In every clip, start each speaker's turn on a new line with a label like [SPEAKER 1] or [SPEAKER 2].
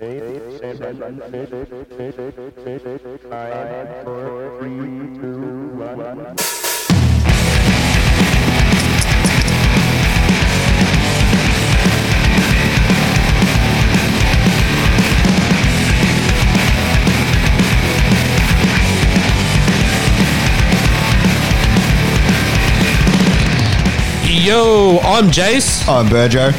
[SPEAKER 1] Eight, seven, six, six, six, six, six, five, four, three, two, one.
[SPEAKER 2] Yo, I'm Jace,
[SPEAKER 3] I'm Burjo.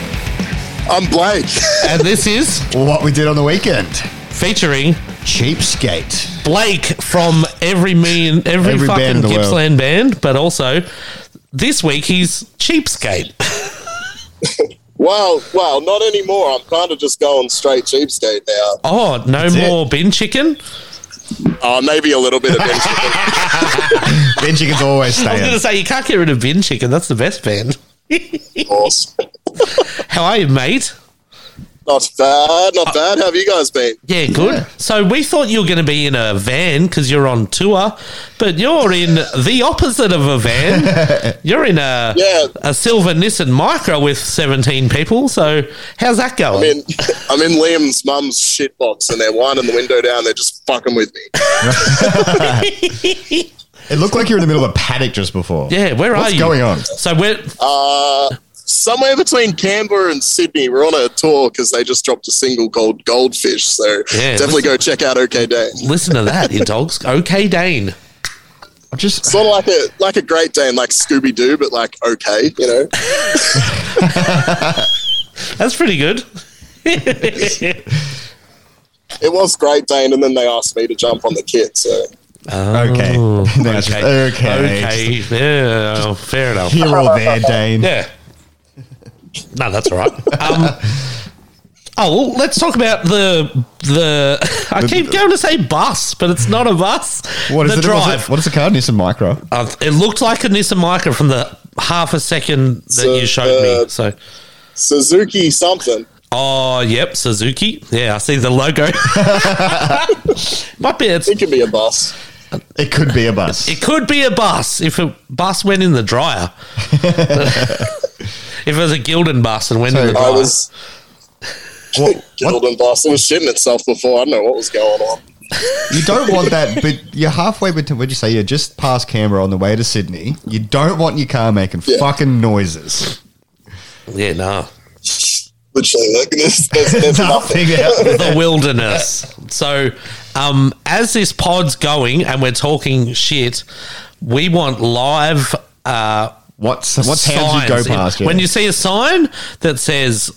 [SPEAKER 4] I'm Blake.
[SPEAKER 2] and this is
[SPEAKER 3] What we did on the weekend?
[SPEAKER 2] featuring
[SPEAKER 3] Cheapskate.
[SPEAKER 2] Blake from every million, every,
[SPEAKER 3] Every band
[SPEAKER 2] fucking
[SPEAKER 3] in the world.
[SPEAKER 2] Gippsland band, but also this week he's cheapskate.
[SPEAKER 4] well, well, not anymore. I'm kind of just going straight cheapskate now.
[SPEAKER 2] Oh, no
[SPEAKER 3] it.
[SPEAKER 2] more bin chicken.
[SPEAKER 4] Uh, maybe a little bit of bench.
[SPEAKER 3] Then chickens always
[SPEAKER 2] I was
[SPEAKER 3] stay
[SPEAKER 2] going to
[SPEAKER 3] in.
[SPEAKER 2] say you can't get rid of bin chicken. That's the best band.
[SPEAKER 4] course.
[SPEAKER 2] How are you, mate?
[SPEAKER 4] Not bad, not bad. How have you guys been?
[SPEAKER 2] Yeah, good. So we thought you were going to be in a van because you're on tour, but you're in the opposite of a van. You're in a
[SPEAKER 4] Yeah.
[SPEAKER 2] a silver Nissan Micra with 17 people. So how's that going?
[SPEAKER 4] I'm in, I'm in Liam's mum's shitbox and they're winding the window down. They're just fucking with me.
[SPEAKER 3] It looked like you were in the middle of a paddock just before.
[SPEAKER 2] Yeah, where are
[SPEAKER 3] What's
[SPEAKER 2] you?
[SPEAKER 3] going on?
[SPEAKER 2] So we're
[SPEAKER 4] Uh, somewhere between Canberra and Sydney, we're on a tour because they just dropped a single called Goldfish. So
[SPEAKER 2] Yeah,
[SPEAKER 4] definitely go check out OK Day.
[SPEAKER 2] listen to that, you dogs. Okay, Dane.
[SPEAKER 3] I'm just
[SPEAKER 4] Sort of like a like a Great Dane, like Scooby Doo, but like okay, you know.
[SPEAKER 2] That's pretty good.
[SPEAKER 4] It was Great Dane, and then they asked me to jump on the kit. So
[SPEAKER 3] okay. Then it's just,
[SPEAKER 2] Oh, Okay.
[SPEAKER 3] okay.
[SPEAKER 2] Okay. Yeah, oh, fair enough.
[SPEAKER 3] Here or there, Dane.
[SPEAKER 2] Yeah. No, that's all right. Um, oh, well, let's talk about the the. I keep going to say bus, but it's not a bus.
[SPEAKER 3] What is
[SPEAKER 2] the
[SPEAKER 3] it? What's
[SPEAKER 2] drive?
[SPEAKER 3] it? What is the car? Nissan Micro.
[SPEAKER 2] Uh, it looked like a Nissan Micra from the half a second that
[SPEAKER 4] So,
[SPEAKER 2] you showed me.
[SPEAKER 4] uh,
[SPEAKER 2] So,
[SPEAKER 4] Suzuki something.
[SPEAKER 2] oh, yep, Suzuki. Yeah, I see the logo. Might be it's
[SPEAKER 4] It could be a bus.
[SPEAKER 3] It could be a bus.
[SPEAKER 2] It could be a bus if a bus went in the dryer. if it was a Gildan bus and went in the
[SPEAKER 3] So,
[SPEAKER 2] dryer.
[SPEAKER 4] I was
[SPEAKER 3] What- what-
[SPEAKER 4] killed in bus. It was shitting itself before. I don't know what was going on.
[SPEAKER 3] you don't want that, but you're halfway between. What'd you say? You're just past Canberra on the way to Sydney. You don't want your car making
[SPEAKER 4] Yeah.
[SPEAKER 3] fucking noises.
[SPEAKER 2] yeah, no.
[SPEAKER 4] Literally, like, there's, there's, there's nothing.
[SPEAKER 3] Nothing out. there.
[SPEAKER 2] The wilderness. So, um, as this pod's going and we're talking shit, we want live. Uh,
[SPEAKER 3] What's what's hands you go
[SPEAKER 2] signs.
[SPEAKER 3] past?
[SPEAKER 2] When
[SPEAKER 3] yeah.
[SPEAKER 2] you see a sign that says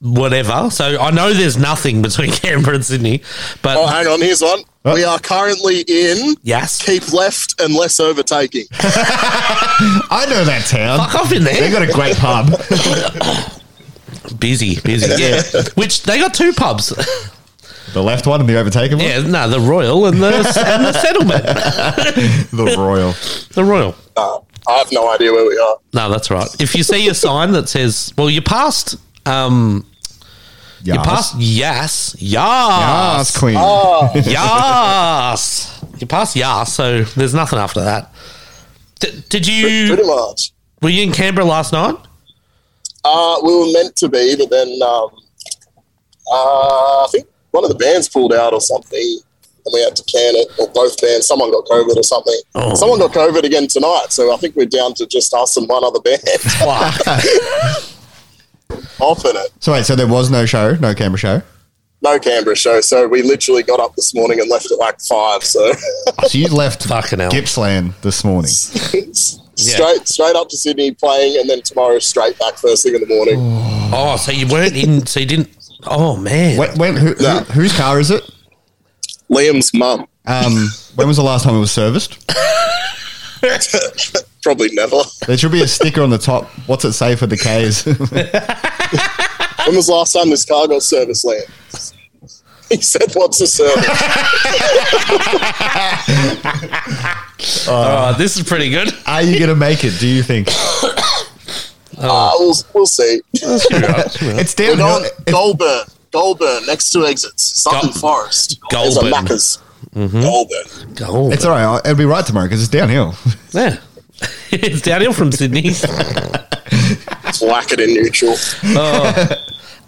[SPEAKER 2] whatever, so I know there's nothing between Canberra and Sydney, but
[SPEAKER 4] Oh, hang on. Here's one.
[SPEAKER 3] Uh.
[SPEAKER 4] We are currently in.
[SPEAKER 2] yes,
[SPEAKER 4] Keep left unless overtaking.
[SPEAKER 3] I know that town.
[SPEAKER 2] fuck off in
[SPEAKER 3] They
[SPEAKER 2] there.
[SPEAKER 3] got a great pub.
[SPEAKER 2] busy, busy. Yeah, which they got two pubs.
[SPEAKER 3] The left one and the overtaken one?
[SPEAKER 2] Yeah, no, the Royal and the and the settlement.
[SPEAKER 3] The Royal.
[SPEAKER 2] The Royal.
[SPEAKER 4] Uh, I have no idea where we are.
[SPEAKER 2] No, that's right. If you see a sign that says, "Well, you passed," um,
[SPEAKER 3] Yes.
[SPEAKER 2] you passed Oh. Yas,
[SPEAKER 3] Yes,
[SPEAKER 2] Yas,
[SPEAKER 3] Queen.
[SPEAKER 4] Ah,
[SPEAKER 2] Yas, you passed Yas. So there's nothing after that. D- did
[SPEAKER 4] Pretty
[SPEAKER 2] you?
[SPEAKER 4] much.
[SPEAKER 2] Were you in Canberra last night?
[SPEAKER 4] Uh, we were meant to be, but then um, uh, I think one of the bands pulled out or something, and we had to can it. Or both bands, someone got COVID or something.
[SPEAKER 2] Oh.
[SPEAKER 4] Someone got COVID again tonight, so I think we're down to just us and one other band.
[SPEAKER 2] Fuck.
[SPEAKER 4] Off in it.
[SPEAKER 3] So wait, so there was no show, no camera show.
[SPEAKER 4] No Canberra show, so we literally got up this morning and left at like five. So
[SPEAKER 3] So you left
[SPEAKER 2] Fucking hell.
[SPEAKER 3] Gippsland this morning.
[SPEAKER 4] straight straight up to Sydney playing, and then tomorrow straight back first thing in the morning.
[SPEAKER 2] Oh, so you weren't in? So you didn't? Oh man.
[SPEAKER 3] When, when, who, who,
[SPEAKER 4] No.
[SPEAKER 3] whose car is it?
[SPEAKER 4] Liam's mum
[SPEAKER 3] Um, when was the last time it was serviced?
[SPEAKER 4] probably never.
[SPEAKER 3] There should be a sticker on the top. What's it say for the Ks?
[SPEAKER 4] When was the last time this car got service, Liam? He said, "What's a service?"
[SPEAKER 2] Oh, this is pretty good.
[SPEAKER 3] Are you going to make it? Do you think
[SPEAKER 2] Oh.
[SPEAKER 4] Ah, we'll, we'll see.
[SPEAKER 3] it's
[SPEAKER 4] We're
[SPEAKER 3] downhill?
[SPEAKER 4] going
[SPEAKER 3] It's,
[SPEAKER 4] Goulburn. Goulburn, next two exits. Sutton
[SPEAKER 2] Gul-
[SPEAKER 4] Forest. There's
[SPEAKER 2] Goulburn.
[SPEAKER 4] a Macca's.
[SPEAKER 2] Mm-hmm.
[SPEAKER 4] Goulburn.
[SPEAKER 2] Gold.
[SPEAKER 3] it's all right. It'll be right tomorrow because it's downhill.
[SPEAKER 2] yeah. it's downhill from Sydney.
[SPEAKER 4] It's whack it in neutral.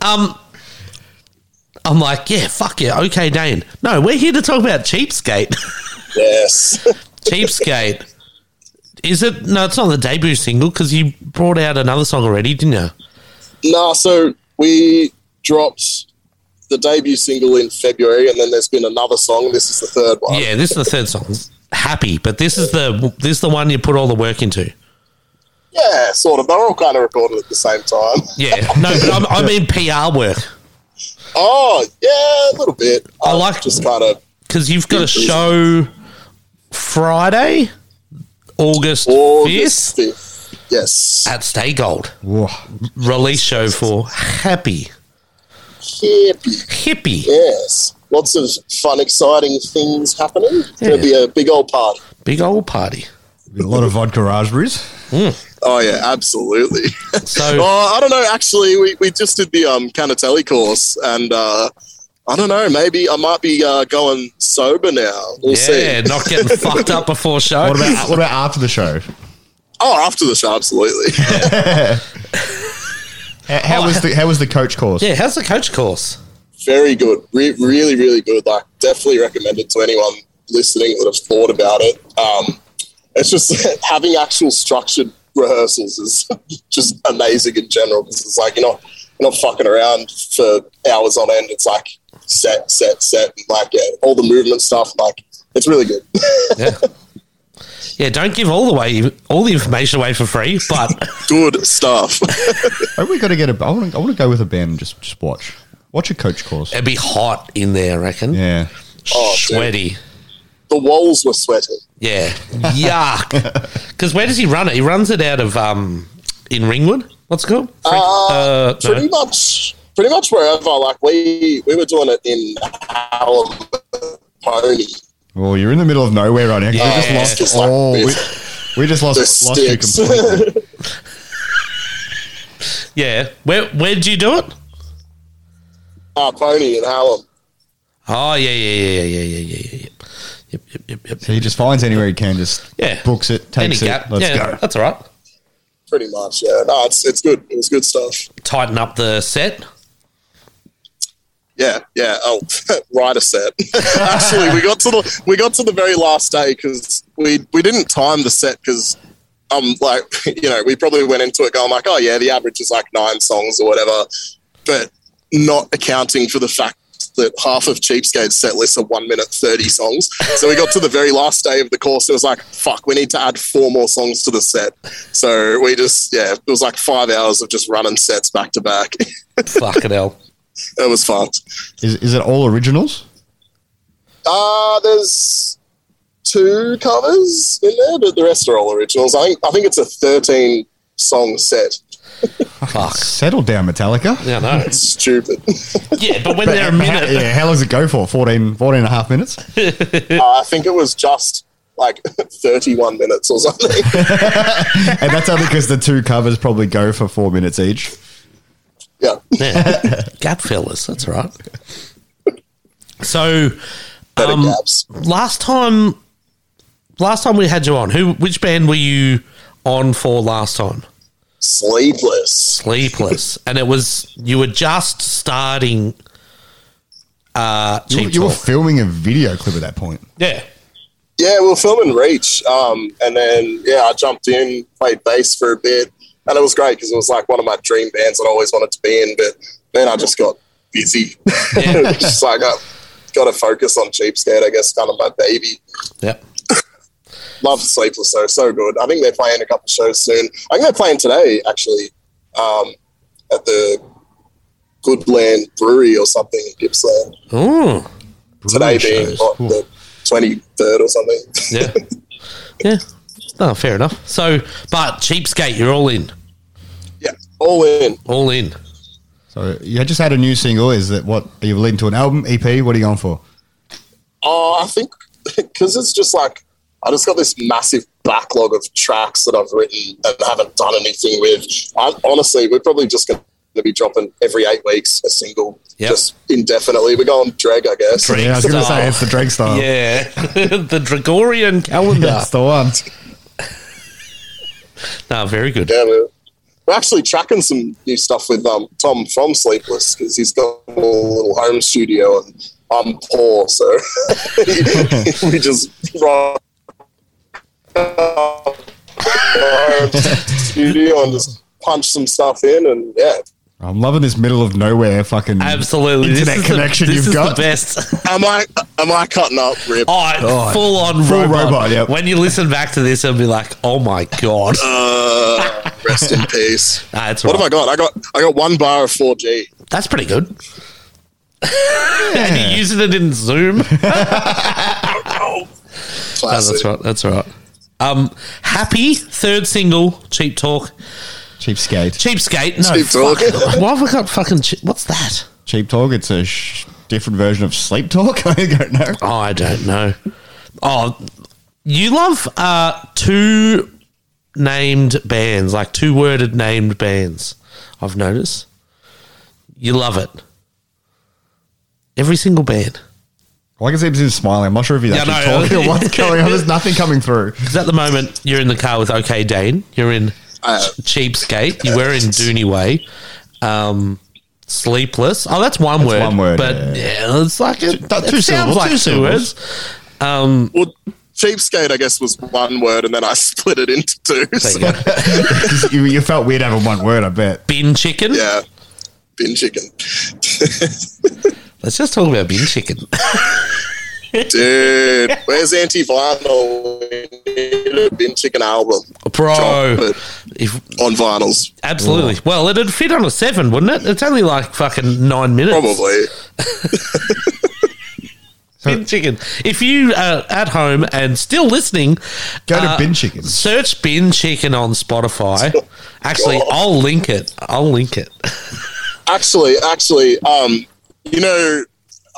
[SPEAKER 2] Um, I'm like, yeah, fuck yeah, okay, Dane. No, we're here to talk about cheapskate.
[SPEAKER 4] Yes.
[SPEAKER 2] cheapskate. Is it? No, it's not the debut single because you brought out another song already, didn't you?
[SPEAKER 4] nah, so we dropped the debut single in February, and then there's been another song. This is the third one.
[SPEAKER 2] Yeah, this is the third song. Happy, but this is the this is the one you put all the work into.
[SPEAKER 4] Yeah, sort of. They're all kind of recorded at the same time.
[SPEAKER 2] Yeah, no, but I'm, I mean PR work
[SPEAKER 4] Oh, yeah, a little bit.
[SPEAKER 2] I
[SPEAKER 4] Um,
[SPEAKER 2] like-
[SPEAKER 4] just kind of
[SPEAKER 2] because you've got a show Friday, August
[SPEAKER 4] August
[SPEAKER 2] fifth
[SPEAKER 4] 5th. oh, Yes.
[SPEAKER 2] at Stay Gold
[SPEAKER 3] Whoa.
[SPEAKER 2] release show for Happy
[SPEAKER 4] Hippie.
[SPEAKER 2] Hippie
[SPEAKER 4] Yes. Lots of fun, exciting things happening. It'll be a big old party.
[SPEAKER 2] Big Old Party.
[SPEAKER 3] A lot of vodka raspberries.
[SPEAKER 4] Oh yeah, absolutely.
[SPEAKER 2] So-
[SPEAKER 4] oh, I don't know. Actually, we, we just did the um Canatelli course, and uh, I don't know. Maybe I might be uh, going sober now. We'll
[SPEAKER 2] yeah,
[SPEAKER 4] see.
[SPEAKER 2] not getting fucked up before show.
[SPEAKER 3] What about what about after the show?
[SPEAKER 4] Oh, after the show, absolutely.
[SPEAKER 3] How, how
[SPEAKER 2] Oh.
[SPEAKER 3] was the how was the coach course?
[SPEAKER 2] yeah, how's the coach course?
[SPEAKER 4] Very good. Re- really, really good. Like, definitely recommend it to anyone listening that have thought about it. Um, it's just having actual structured rehearsals is just amazing in general because it's like you're not you're not fucking around for hours on end. It's like set, set, set, and like yeah, all the movement stuff. Like, it's really good.
[SPEAKER 2] Yeah. Yeah, don't give all the way all the information away for free, but
[SPEAKER 4] good stuff.
[SPEAKER 3] Have we got to get a? I want to I want to go with a band and just just watch watch a coach course.
[SPEAKER 2] it'd be hot in there, I reckon.
[SPEAKER 3] Yeah.
[SPEAKER 4] Oh, dude.
[SPEAKER 2] Sweaty.
[SPEAKER 4] the walls were sweating.
[SPEAKER 2] Yeah. Yuck. Because where does he run it? He runs it out of um in Ringwood. What's it called? Frank- uh, no.
[SPEAKER 4] Pretty much, pretty much wherever. Like we we were doing it in our pony.
[SPEAKER 3] Well, Oh, you're in the middle of nowhere right now. 'cause
[SPEAKER 2] Yeah.
[SPEAKER 3] we just
[SPEAKER 2] It's
[SPEAKER 3] lost
[SPEAKER 4] just like
[SPEAKER 3] all. Oh, we,
[SPEAKER 4] this.
[SPEAKER 3] we just lost,
[SPEAKER 4] The
[SPEAKER 3] lost you
[SPEAKER 4] sticks.
[SPEAKER 3] completely.
[SPEAKER 2] Yeah. Where where'd you do it?
[SPEAKER 4] Our pony in Harlem.
[SPEAKER 2] Oh yeah, yeah, yeah, yeah, yeah, yeah, yeah, yeah. Yep, yep, yep, yep.
[SPEAKER 3] So he just finds anywhere he can, just
[SPEAKER 2] Yeah.
[SPEAKER 3] books it, takes
[SPEAKER 2] Any
[SPEAKER 3] it.
[SPEAKER 2] gap.
[SPEAKER 3] Let's
[SPEAKER 2] yeah,
[SPEAKER 3] go.
[SPEAKER 2] That's all right.
[SPEAKER 4] Pretty much, yeah. No, it's it's good. It was good stuff.
[SPEAKER 2] Tighten up the set.
[SPEAKER 4] Yeah, yeah. Oh, right a set. Actually, we got to the we got to the very last day because we we didn't time the set because um like you know we probably went into it going like oh yeah the average is like nine songs or whatever, but not accounting for the fact that half of Cheapskate's set lists are one minute thirty songs. So we got to the very last day of the course. It was like fuck, we need to add four more songs to the set. So we just yeah, it was like five hours of just running sets back to back.
[SPEAKER 2] Fucking hell.
[SPEAKER 4] It was fun.
[SPEAKER 3] Is, is it all originals?
[SPEAKER 4] Uh, there's two covers in there, but the rest are all originals. I think I think it's a 13 song set.
[SPEAKER 2] Fuck.
[SPEAKER 3] Settle down, Metallica.
[SPEAKER 2] Yeah, no.
[SPEAKER 4] Stupid.
[SPEAKER 2] Yeah, but when
[SPEAKER 3] But
[SPEAKER 2] they're a
[SPEAKER 3] how-
[SPEAKER 2] minute,
[SPEAKER 3] yeah, how long does it go for? 14, 14 and a half minutes?
[SPEAKER 4] uh, I think it was just like 31 minutes or something.
[SPEAKER 3] And that's only because the two covers probably go for four minutes each.
[SPEAKER 4] yeah.
[SPEAKER 2] Yeah. gap fillers. That's right. So,
[SPEAKER 4] Better
[SPEAKER 2] um,
[SPEAKER 4] gaps.
[SPEAKER 2] last time, last time we had you on, who, which band were you on for last time?
[SPEAKER 4] Sleepless.
[SPEAKER 2] Sleepless, and it was you were just starting. Uh,
[SPEAKER 3] You,
[SPEAKER 2] cheap
[SPEAKER 3] you were
[SPEAKER 2] Talk.
[SPEAKER 3] filming a video clip at that point.
[SPEAKER 2] yeah,
[SPEAKER 4] Yeah, we were filming Reach. Um, and then, yeah, I jumped in, played bass for a bit. And it was great because it was like one of my dream bands that I always wanted to be in. But then I just got busy. It's just like, i got to focus on Cheapskate, I guess, kind of my baby.
[SPEAKER 2] yep.
[SPEAKER 4] Love Sleepless though, so good. I think they're playing a couple shows soon. I think they're playing today actually um, at the Goodland Brewery or something in Gippsland.
[SPEAKER 2] Oh,
[SPEAKER 4] Today
[SPEAKER 3] Brewery
[SPEAKER 4] being
[SPEAKER 3] shows.
[SPEAKER 4] what,
[SPEAKER 3] Cool.
[SPEAKER 4] the twenty third or something.
[SPEAKER 2] yeah, yeah. No, fair enough. So, but cheapskate, you're all in,
[SPEAKER 4] yeah, all in.
[SPEAKER 2] all in.
[SPEAKER 3] So you just had a new single. Is that what are you leading to an album, EP? What are you going for?
[SPEAKER 4] Oh, I think because it's just like I just got this massive backlog of tracks that I've written and haven't done anything with. I, honestly, we're probably just going to be dropping every eight weeks a single,
[SPEAKER 2] Yep.
[SPEAKER 4] just indefinitely. We're going drag, I guess.
[SPEAKER 2] Drag.
[SPEAKER 3] Yeah, I was going to
[SPEAKER 2] Style.
[SPEAKER 3] say it's the Drake style.
[SPEAKER 2] Yeah, the Gregorian calendar.
[SPEAKER 3] That's the one.
[SPEAKER 2] No, very good.
[SPEAKER 4] Yeah, we're, we're actually tracking some new stuff with um, Tom from Sleepless because he's got a little home studio and I'm poor, so we just rock up our studio and just punch some stuff in and yeah.
[SPEAKER 3] I'm loving this middle of nowhere fucking
[SPEAKER 2] Absolutely. This
[SPEAKER 3] internet
[SPEAKER 2] is the-
[SPEAKER 3] connection
[SPEAKER 2] this
[SPEAKER 3] you've
[SPEAKER 2] is
[SPEAKER 3] got.
[SPEAKER 2] the best.
[SPEAKER 4] Am I am I cutting up, Rip?
[SPEAKER 2] Oh, full on
[SPEAKER 3] Full
[SPEAKER 2] robot.
[SPEAKER 3] robot, yep.
[SPEAKER 2] When you listen back to this, it'll be like, oh my God.
[SPEAKER 4] Uh, rest in peace.
[SPEAKER 2] Nah, it's
[SPEAKER 4] What
[SPEAKER 2] right.
[SPEAKER 4] have I got? I got I got one bar of 4G.
[SPEAKER 2] That's pretty good. and you're using it in Zoom. No,
[SPEAKER 4] Classic.
[SPEAKER 2] that's right. That's right. Um, happy third single, cheap talk,
[SPEAKER 3] Cheap skate.
[SPEAKER 2] cheapskate. No,
[SPEAKER 4] Cheap Talk.
[SPEAKER 2] fuck. Why have I got fucking? Che- What's that?
[SPEAKER 3] Cheap talk. It's a sh- different version of sleep talk. I don't know.
[SPEAKER 2] Oh, I don't know. Oh, you love uh two named bands, like two worded named bands. I've noticed. You love it. Every single band.
[SPEAKER 3] All I can see is him smiling. I'm not sure if he's
[SPEAKER 2] Yeah,
[SPEAKER 3] actually
[SPEAKER 2] no.
[SPEAKER 3] talking or what's going on. There's nothing coming through.
[SPEAKER 2] Because at the moment you're in the car with OK Dane, you're in
[SPEAKER 3] Uh,
[SPEAKER 4] I am.
[SPEAKER 2] Ch- Cheapskate, you were in Dooney Way, um, Sleepless. Oh, that's one word.
[SPEAKER 3] one word,
[SPEAKER 2] but
[SPEAKER 3] yeah.
[SPEAKER 2] yeah, it's like it,
[SPEAKER 3] That's
[SPEAKER 2] it
[SPEAKER 3] two
[SPEAKER 2] sounds
[SPEAKER 3] syllables,
[SPEAKER 2] like
[SPEAKER 3] two
[SPEAKER 2] two,
[SPEAKER 3] syllables.
[SPEAKER 2] words.
[SPEAKER 4] Well, cheapskate, I guess, was one word, and then I split it into two.
[SPEAKER 2] There you
[SPEAKER 4] So,
[SPEAKER 2] go.
[SPEAKER 3] you, you felt weird having one word, I bet.
[SPEAKER 2] Bin chicken.
[SPEAKER 4] yeah, bin chicken,
[SPEAKER 2] Let's just talk about bin chicken.
[SPEAKER 4] dude. Where's anti-vinyl? We need a bin chicken album
[SPEAKER 2] Bro.
[SPEAKER 4] Drop it.
[SPEAKER 2] If,
[SPEAKER 4] on vinyls,
[SPEAKER 2] absolutely. Well, it'd fit on a seven, wouldn't it? It's only like fucking nine minutes.
[SPEAKER 4] probably.
[SPEAKER 2] Bin chicken. If you are at home and still listening,
[SPEAKER 3] Go to
[SPEAKER 2] uh,
[SPEAKER 3] bin chicken.
[SPEAKER 2] Search bin chicken on Spotify.
[SPEAKER 4] Oh,
[SPEAKER 2] Actually, I'll link it. I'll link it.
[SPEAKER 4] Actually, actually, um, you know,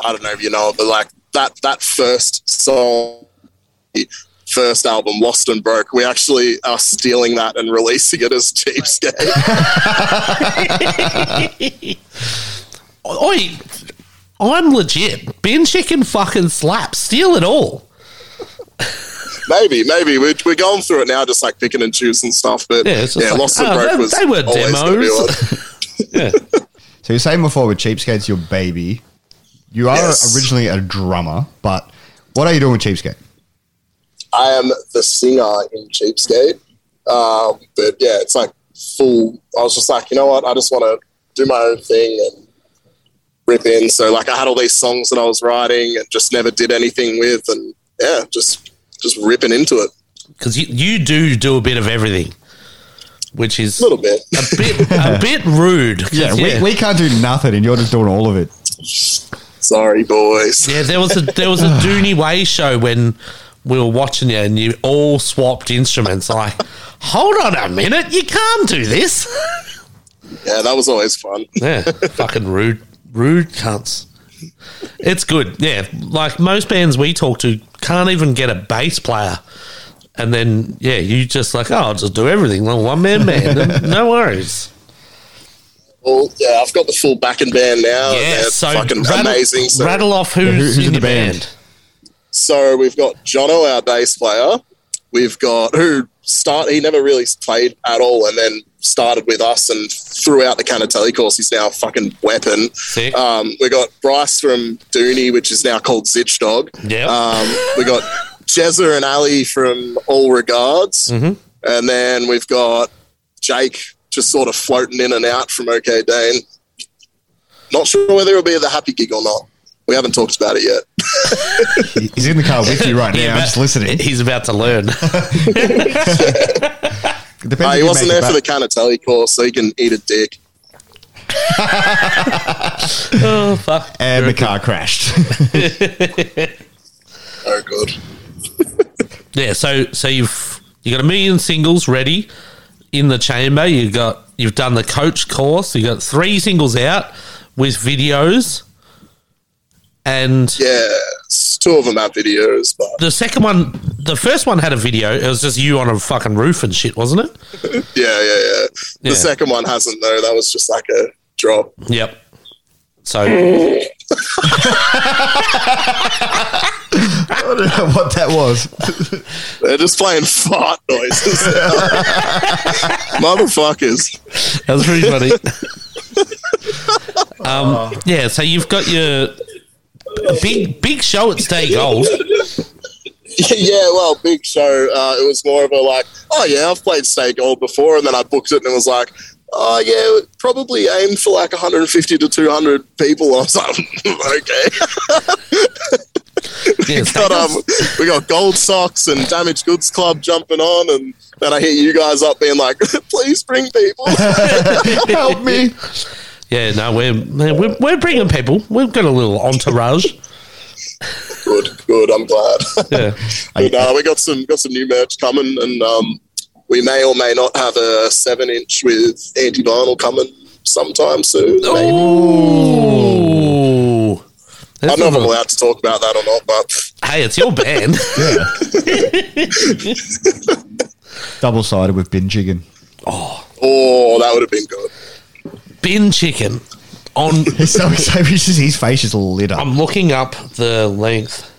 [SPEAKER 4] I don't know if you know, it, but like that that first song, the first album, Lost and Broke. We actually are stealing that and releasing it as cheapskate.
[SPEAKER 2] Oi, I'm legit. Bin chicken fucking slaps. Steal it all.
[SPEAKER 4] maybe, maybe we're, we're going through it now, just like picking and choosing stuff. But
[SPEAKER 2] Yeah,
[SPEAKER 4] yeah,
[SPEAKER 2] it's just like,
[SPEAKER 4] Lost and
[SPEAKER 2] oh,
[SPEAKER 4] Broke
[SPEAKER 2] they-
[SPEAKER 4] was
[SPEAKER 2] they were
[SPEAKER 4] always gonna be
[SPEAKER 2] demos.
[SPEAKER 4] on.
[SPEAKER 2] Yeah.
[SPEAKER 3] So you're saying before with Cheapskate's your baby. You are
[SPEAKER 4] Yes.
[SPEAKER 3] originally a drummer, but what are you doing with Cheapskate?
[SPEAKER 4] I am the singer in Cheapskate. Um, but yeah, it's like full. I was just like, you know what? I just want to do my own thing and rip in. So like, I had all these songs that I was writing and just never did anything with, and yeah, just just ripping into it
[SPEAKER 2] Because you, you do do a bit of everything, which is
[SPEAKER 4] a little bit.
[SPEAKER 2] a bit, a bit rude. 'Cause,
[SPEAKER 3] Yeah,
[SPEAKER 2] yeah.
[SPEAKER 3] We, we can't do nothing, and you're just doing all of it.
[SPEAKER 4] Sorry, boys.
[SPEAKER 2] Yeah, there was a there was a Dooney Way show when we were watching you, and you all swapped instruments. Like, hold on a minute, you can't do this.
[SPEAKER 4] Yeah, that was always fun.
[SPEAKER 2] Yeah, fucking rude, rude cunts. It's good. Yeah, like most bands we talk to can't even get a bass player, and then yeah, you just like, oh, I'll just do everything. Well, one man band, no worries.
[SPEAKER 4] Well, yeah, I've got the full backing band now. and
[SPEAKER 2] Yeah,
[SPEAKER 4] they're
[SPEAKER 2] so
[SPEAKER 4] Oh, fucking
[SPEAKER 2] rattle,
[SPEAKER 4] amazing. So,
[SPEAKER 2] rattle off who's,
[SPEAKER 3] who- who's
[SPEAKER 2] in
[SPEAKER 3] in
[SPEAKER 2] the
[SPEAKER 3] the
[SPEAKER 2] band.
[SPEAKER 3] band?
[SPEAKER 4] so we've got Jono, our bass player. We've got who start. He never really played at all, and then started with us and threw out the Canatelli course. He's now a fucking weapon.
[SPEAKER 2] Sick.
[SPEAKER 4] Um, we got Bryce from Dooney, which is now called Zitch Dog.
[SPEAKER 2] Yep.
[SPEAKER 4] Um, we got Jezza and Ali from All Regards, and then we've got Jake just sort of floating in and out from OK Dane. Not sure whether it'll be at the happy gig or not. We haven't talked about it yet.
[SPEAKER 3] He- He's in the car with you right now.
[SPEAKER 2] Yeah,
[SPEAKER 3] I'm
[SPEAKER 2] but
[SPEAKER 3] just listening.
[SPEAKER 2] He's about to learn.
[SPEAKER 3] It depends
[SPEAKER 4] Uh,
[SPEAKER 3] if
[SPEAKER 4] he
[SPEAKER 3] you
[SPEAKER 4] wasn't
[SPEAKER 3] make
[SPEAKER 4] there
[SPEAKER 3] it
[SPEAKER 4] for the
[SPEAKER 3] back.
[SPEAKER 4] Canatelli course, so he can eat a dick.
[SPEAKER 2] oh fuck!
[SPEAKER 3] and the car crashed.
[SPEAKER 4] Oh, good.
[SPEAKER 2] Yeah, so so you've you got a million singles ready in the chamber. You got you've done the coach course. You got three singles out with videos, and
[SPEAKER 4] Yeah, s- two of them have videos, but
[SPEAKER 2] the second one, the first one had a video. It was just you on a fucking roof and shit, wasn't it?
[SPEAKER 4] yeah, yeah, yeah. The
[SPEAKER 2] Yeah.
[SPEAKER 4] second one hasn't though. That was just like a drop.
[SPEAKER 2] Yep. So
[SPEAKER 3] I don't know what that was.
[SPEAKER 4] They're just playing fart noises. Motherfuckers.
[SPEAKER 2] That was pretty funny. um, yeah, so you've got your big big show at Stay Gold.
[SPEAKER 4] yeah, well, big show. Uh, it was more of a like, oh yeah, I've played Snake Gold before, and then I booked it and it was like, oh yeah, it probably aimed for like 150 to 200 people. I was like, okay.
[SPEAKER 2] Yeah, Stay
[SPEAKER 4] But um,
[SPEAKER 2] Gold's-
[SPEAKER 4] we got Gold Socks and Damaged Goods Club jumping on, and then I hear you guys up being like, please bring people.
[SPEAKER 3] Help me.
[SPEAKER 2] yeah, no, we're, man, we're we're bringing people. We've got a little entourage.
[SPEAKER 4] good, good. I'm glad.
[SPEAKER 2] Yeah,
[SPEAKER 4] But, uh, we got some got some new merch coming, and um, we may or may not have a seven inch with anti vinyl coming sometime soon.
[SPEAKER 2] Oh,
[SPEAKER 4] Maybe.
[SPEAKER 2] Ooh.
[SPEAKER 4] I don't know if I'm allowed to talk about that or not, but
[SPEAKER 2] Hey, it's your band.
[SPEAKER 3] Double sided with bin chicken.
[SPEAKER 4] oh, that would have been good.
[SPEAKER 2] Bin chicken. On
[SPEAKER 3] He's so excited. He's just- his face is lit up.
[SPEAKER 2] I'm looking up the length.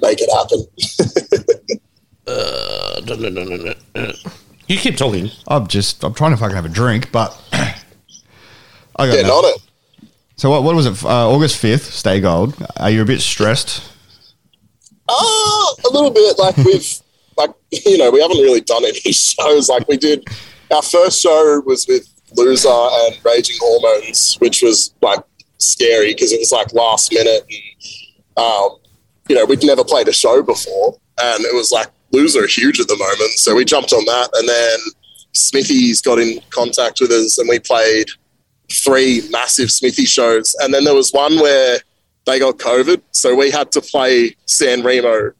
[SPEAKER 4] Make it happen.
[SPEAKER 2] Uh, no, no, no, no, no. You keep talking.
[SPEAKER 3] I'm just. I'm trying to fucking have a drink, but I got
[SPEAKER 4] Getting
[SPEAKER 3] nothing.
[SPEAKER 4] on it.
[SPEAKER 3] So what? What was it? Uh, August fifth. Stay gold. Are you a bit stressed?
[SPEAKER 4] Uh, a little bit. Like we've, like you know, we haven't really done any shows. Like we did, our first show was with Loser and Raging Hormones, which was like scary because it was like last minute, and um, you know, we'd never played a show before, and it was like Loser are huge at the moment, so we jumped on that, and then Smithies got in contact with us, and we played three massive Smithy shows, and then there was one where they got COVID, so we had to play San Remo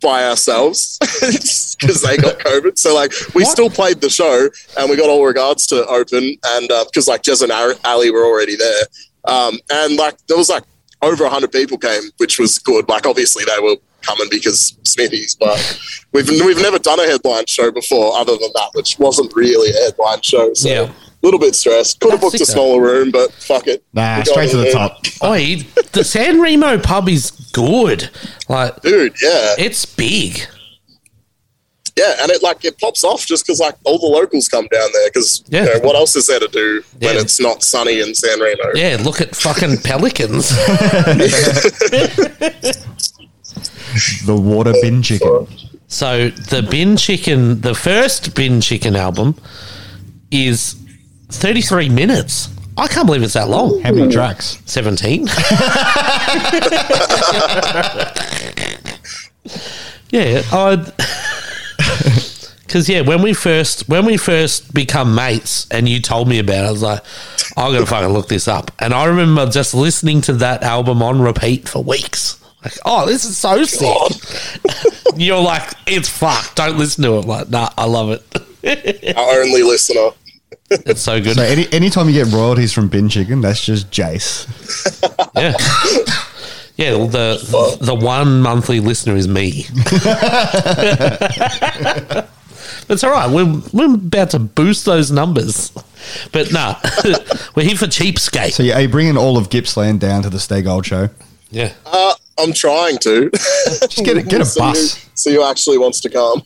[SPEAKER 4] by ourselves because they got COVID. So like we still played the show and we got all regards to open and because like Jez and Ar- Ali were already there, um, and like there was like over hundred people came, which was good. Like obviously they were coming because Smithies, but we've we've never done a headline show before other than that, which wasn't really a headline show. So.
[SPEAKER 2] Yeah.
[SPEAKER 4] A little bit stressed. Could have
[SPEAKER 2] That's
[SPEAKER 4] booked a
[SPEAKER 2] sick, though.
[SPEAKER 4] smaller room, but fuck it.
[SPEAKER 3] Nah,
[SPEAKER 4] We got
[SPEAKER 3] straight to
[SPEAKER 4] in
[SPEAKER 3] the
[SPEAKER 4] there.
[SPEAKER 3] top.
[SPEAKER 2] Oi, the San Remo pub is good. Like,
[SPEAKER 4] dude. Yeah,
[SPEAKER 2] it's big.
[SPEAKER 4] yeah, and it like it pops off just because like all the locals come down there because
[SPEAKER 2] Yeah.
[SPEAKER 4] you know, what else is there to do when
[SPEAKER 2] Yeah.
[SPEAKER 4] it's not sunny in San Remo?
[SPEAKER 2] Yeah, look at fucking pelicans.
[SPEAKER 3] The water bin chicken.
[SPEAKER 2] so the bin chicken, the first bin chicken album, is 33 minutes. I can't believe it's that long.
[SPEAKER 3] How many tracks?
[SPEAKER 2] 17. yeah, I cuz yeah, when we first when we first become mates and you told me about it, I was like I'm going to fucking look this up. And I remember just listening to that album on repeat for weeks. Like, oh, this is so
[SPEAKER 4] God.
[SPEAKER 2] sick. You're like, it's fucked. Don't listen to it. Like, nah, I love it.
[SPEAKER 4] Our only listener.
[SPEAKER 2] it's so good.
[SPEAKER 3] So any anytime you get royalties from bin chicken, that's just Jace.
[SPEAKER 2] Yeah. Yeah, well, the the one monthly listener is me. That's all right. We're, we're about to boost those numbers. But nah, we're here for cheapskate.
[SPEAKER 3] So yeah, are you bringing all of Gippsland down to the Stay Gold show?
[SPEAKER 2] yeah.
[SPEAKER 4] Uh, I'm trying to.
[SPEAKER 3] Just get a, get a
[SPEAKER 4] so
[SPEAKER 3] bus.
[SPEAKER 4] Who, see who actually wants to come.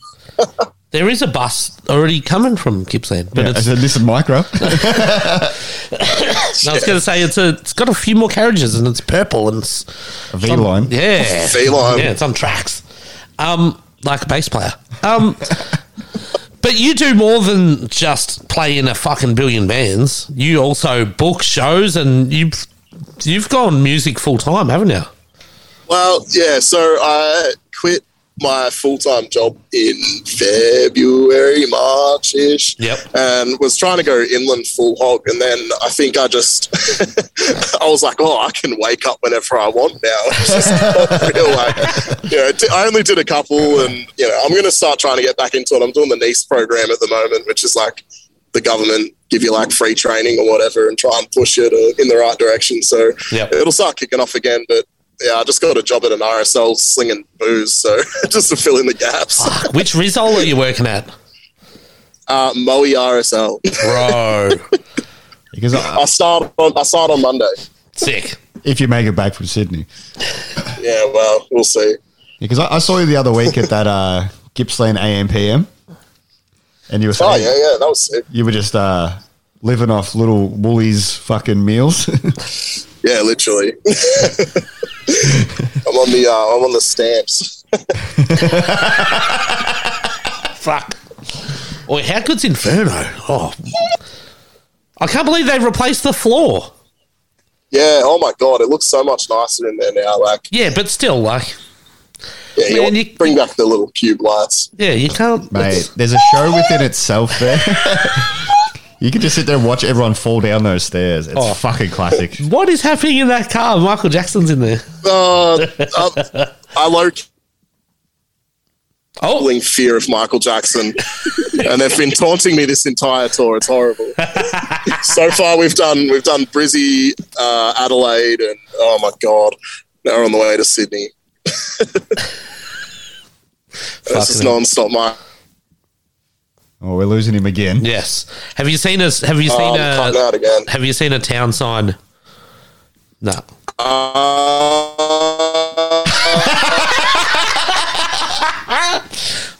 [SPEAKER 2] There is a bus already coming from Gippsland, but
[SPEAKER 3] Yeah, I
[SPEAKER 2] it's,
[SPEAKER 3] said, listen, micro.
[SPEAKER 2] I was going to say it's a, it's got a few more carriages and it's purple and it's,
[SPEAKER 3] V line.
[SPEAKER 2] yeah.
[SPEAKER 4] Feline.
[SPEAKER 2] Yeah, it's on tracks. Um, like a bass player. Um, but you do more than just play in a fucking billion bands. You also book shows, and you've you've gone music full time, haven't you?
[SPEAKER 4] Well, yeah. So I quit my full time job in February, March ish.
[SPEAKER 2] Yep.
[SPEAKER 4] And was trying to go inland full hog, and then I think I just I was like, oh, I can wake up whenever I want now. It's just not real, like, you know, t- I only did a couple, and you know, I'm going to start trying to get back into it. I'm doing the Nice program at the moment, which is like the government give you like free training or whatever, and try and push it uh, in the right direction. So
[SPEAKER 2] Yep.
[SPEAKER 4] it'll start kicking off again, but. Yeah, I just got a job at an RSL slinging booze, so just to fill in the gaps.
[SPEAKER 2] Which Rizol are you working at,
[SPEAKER 4] Uh, Moe RSL.
[SPEAKER 2] bro?
[SPEAKER 3] Because uh,
[SPEAKER 4] I start on I start on Monday.
[SPEAKER 2] Sick.
[SPEAKER 3] if you make it back from Sydney,
[SPEAKER 4] yeah, well, we'll see.
[SPEAKER 3] Because I, I saw you the other week at that uh, Gippsland AMPM, and you were
[SPEAKER 4] Oh
[SPEAKER 3] saying
[SPEAKER 4] yeah, yeah, that was sick.
[SPEAKER 3] you were just uh, living off little Woolies fucking meals.
[SPEAKER 4] Yeah, literally. I'm on the uh, I'm on the stamps.
[SPEAKER 2] Fuck. Oi, how good's Inferno? Oh, I can't believe they replaced the floor.
[SPEAKER 4] Yeah. Oh my god, it looks so much nicer in there now. Like,
[SPEAKER 2] Yeah, but still, like,
[SPEAKER 4] yeah, you,
[SPEAKER 2] Man,
[SPEAKER 4] want-
[SPEAKER 2] you-
[SPEAKER 4] bring back the little cube lights.
[SPEAKER 2] yeah, you can't.
[SPEAKER 3] Mate, there's a show within itself there. you can just sit there and watch everyone fall down those stairs. It's
[SPEAKER 2] Oh.
[SPEAKER 3] fucking classic.
[SPEAKER 2] What is happening in that car? Michael Jackson's in there.
[SPEAKER 4] Uh, I, I low
[SPEAKER 2] Oh,
[SPEAKER 4] killing fear of Michael Jackson, and they've been taunting me this entire tour. It's horrible. so far, we've done we've done Brizzy, uh, Adelaide, and oh my god, now we're on the way to Sydney. this is
[SPEAKER 2] Fucking-
[SPEAKER 4] non-stop. My
[SPEAKER 3] Oh, we're losing him again.
[SPEAKER 2] yes. Have you seen a? Have you
[SPEAKER 4] um,
[SPEAKER 2] seen
[SPEAKER 4] cutting
[SPEAKER 2] a?
[SPEAKER 4] out again.
[SPEAKER 2] Have you seen a town sign? No.
[SPEAKER 4] Uh,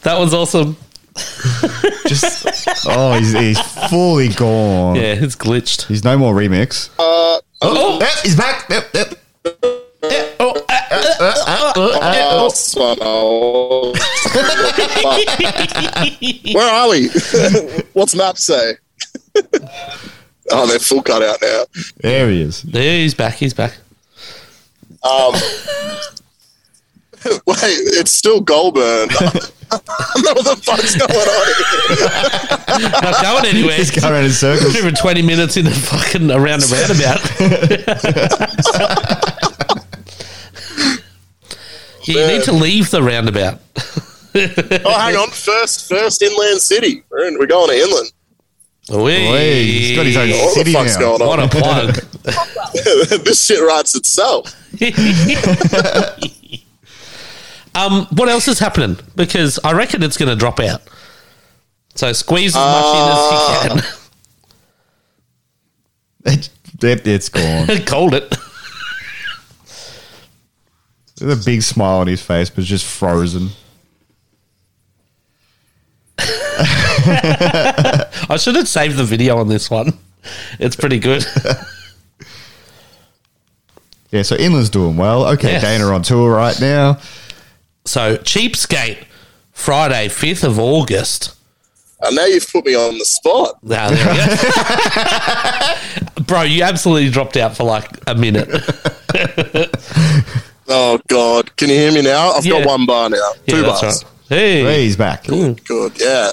[SPEAKER 2] That one's awesome.
[SPEAKER 3] Just oh, he's, he's fully gone.
[SPEAKER 2] Yeah, it's glitched.
[SPEAKER 3] He's no more remix. Oh,
[SPEAKER 2] Oh,
[SPEAKER 3] yep, he's back. Yep, yep.
[SPEAKER 4] last one, oh. Where are we? What's map say? oh, they're full cut out now.
[SPEAKER 3] There he is.
[SPEAKER 2] there he's back. He's back.
[SPEAKER 4] Um, wait, it's still Goldburn. I don't know what the fuck's going on here.
[SPEAKER 2] Not going anywhere.
[SPEAKER 3] He's going around in circles.
[SPEAKER 2] Over 20 minutes in a fucking around a roundabout. Yeah, you need to leave the roundabout.
[SPEAKER 4] Oh, hang on. First, first inland city. We're, in, we're going to inland.
[SPEAKER 3] Oi, he's got his own
[SPEAKER 4] What the
[SPEAKER 3] city
[SPEAKER 4] fuck's
[SPEAKER 3] now.
[SPEAKER 4] going on?
[SPEAKER 2] What a plug.
[SPEAKER 4] this shit writes itself.
[SPEAKER 2] um, what else is happening? Because I reckon it's going to drop out. So squeeze as much
[SPEAKER 4] Ah.
[SPEAKER 2] in as
[SPEAKER 3] Yep, it's gone.
[SPEAKER 2] you can. Called it.
[SPEAKER 3] There's a big smile on his face, but it's just frozen.
[SPEAKER 2] I should have saved the video on this one. It's pretty good.
[SPEAKER 3] Yeah, so Inland's doing well. Okay,
[SPEAKER 2] Yes.
[SPEAKER 3] Dana on tour right now.
[SPEAKER 2] So Cheapskate, Friday, 5th of August.
[SPEAKER 4] And now you've put me on the spot.
[SPEAKER 2] Nah, there we go. Bro, you absolutely dropped out for like a minute.
[SPEAKER 4] Oh, God. Can you hear me now? I've
[SPEAKER 2] Yeah.
[SPEAKER 4] got one bar now.
[SPEAKER 2] Yeah,
[SPEAKER 4] Two
[SPEAKER 2] that's
[SPEAKER 4] bars.
[SPEAKER 2] right. Hey,
[SPEAKER 3] Hey, he's back.
[SPEAKER 4] Good, yeah.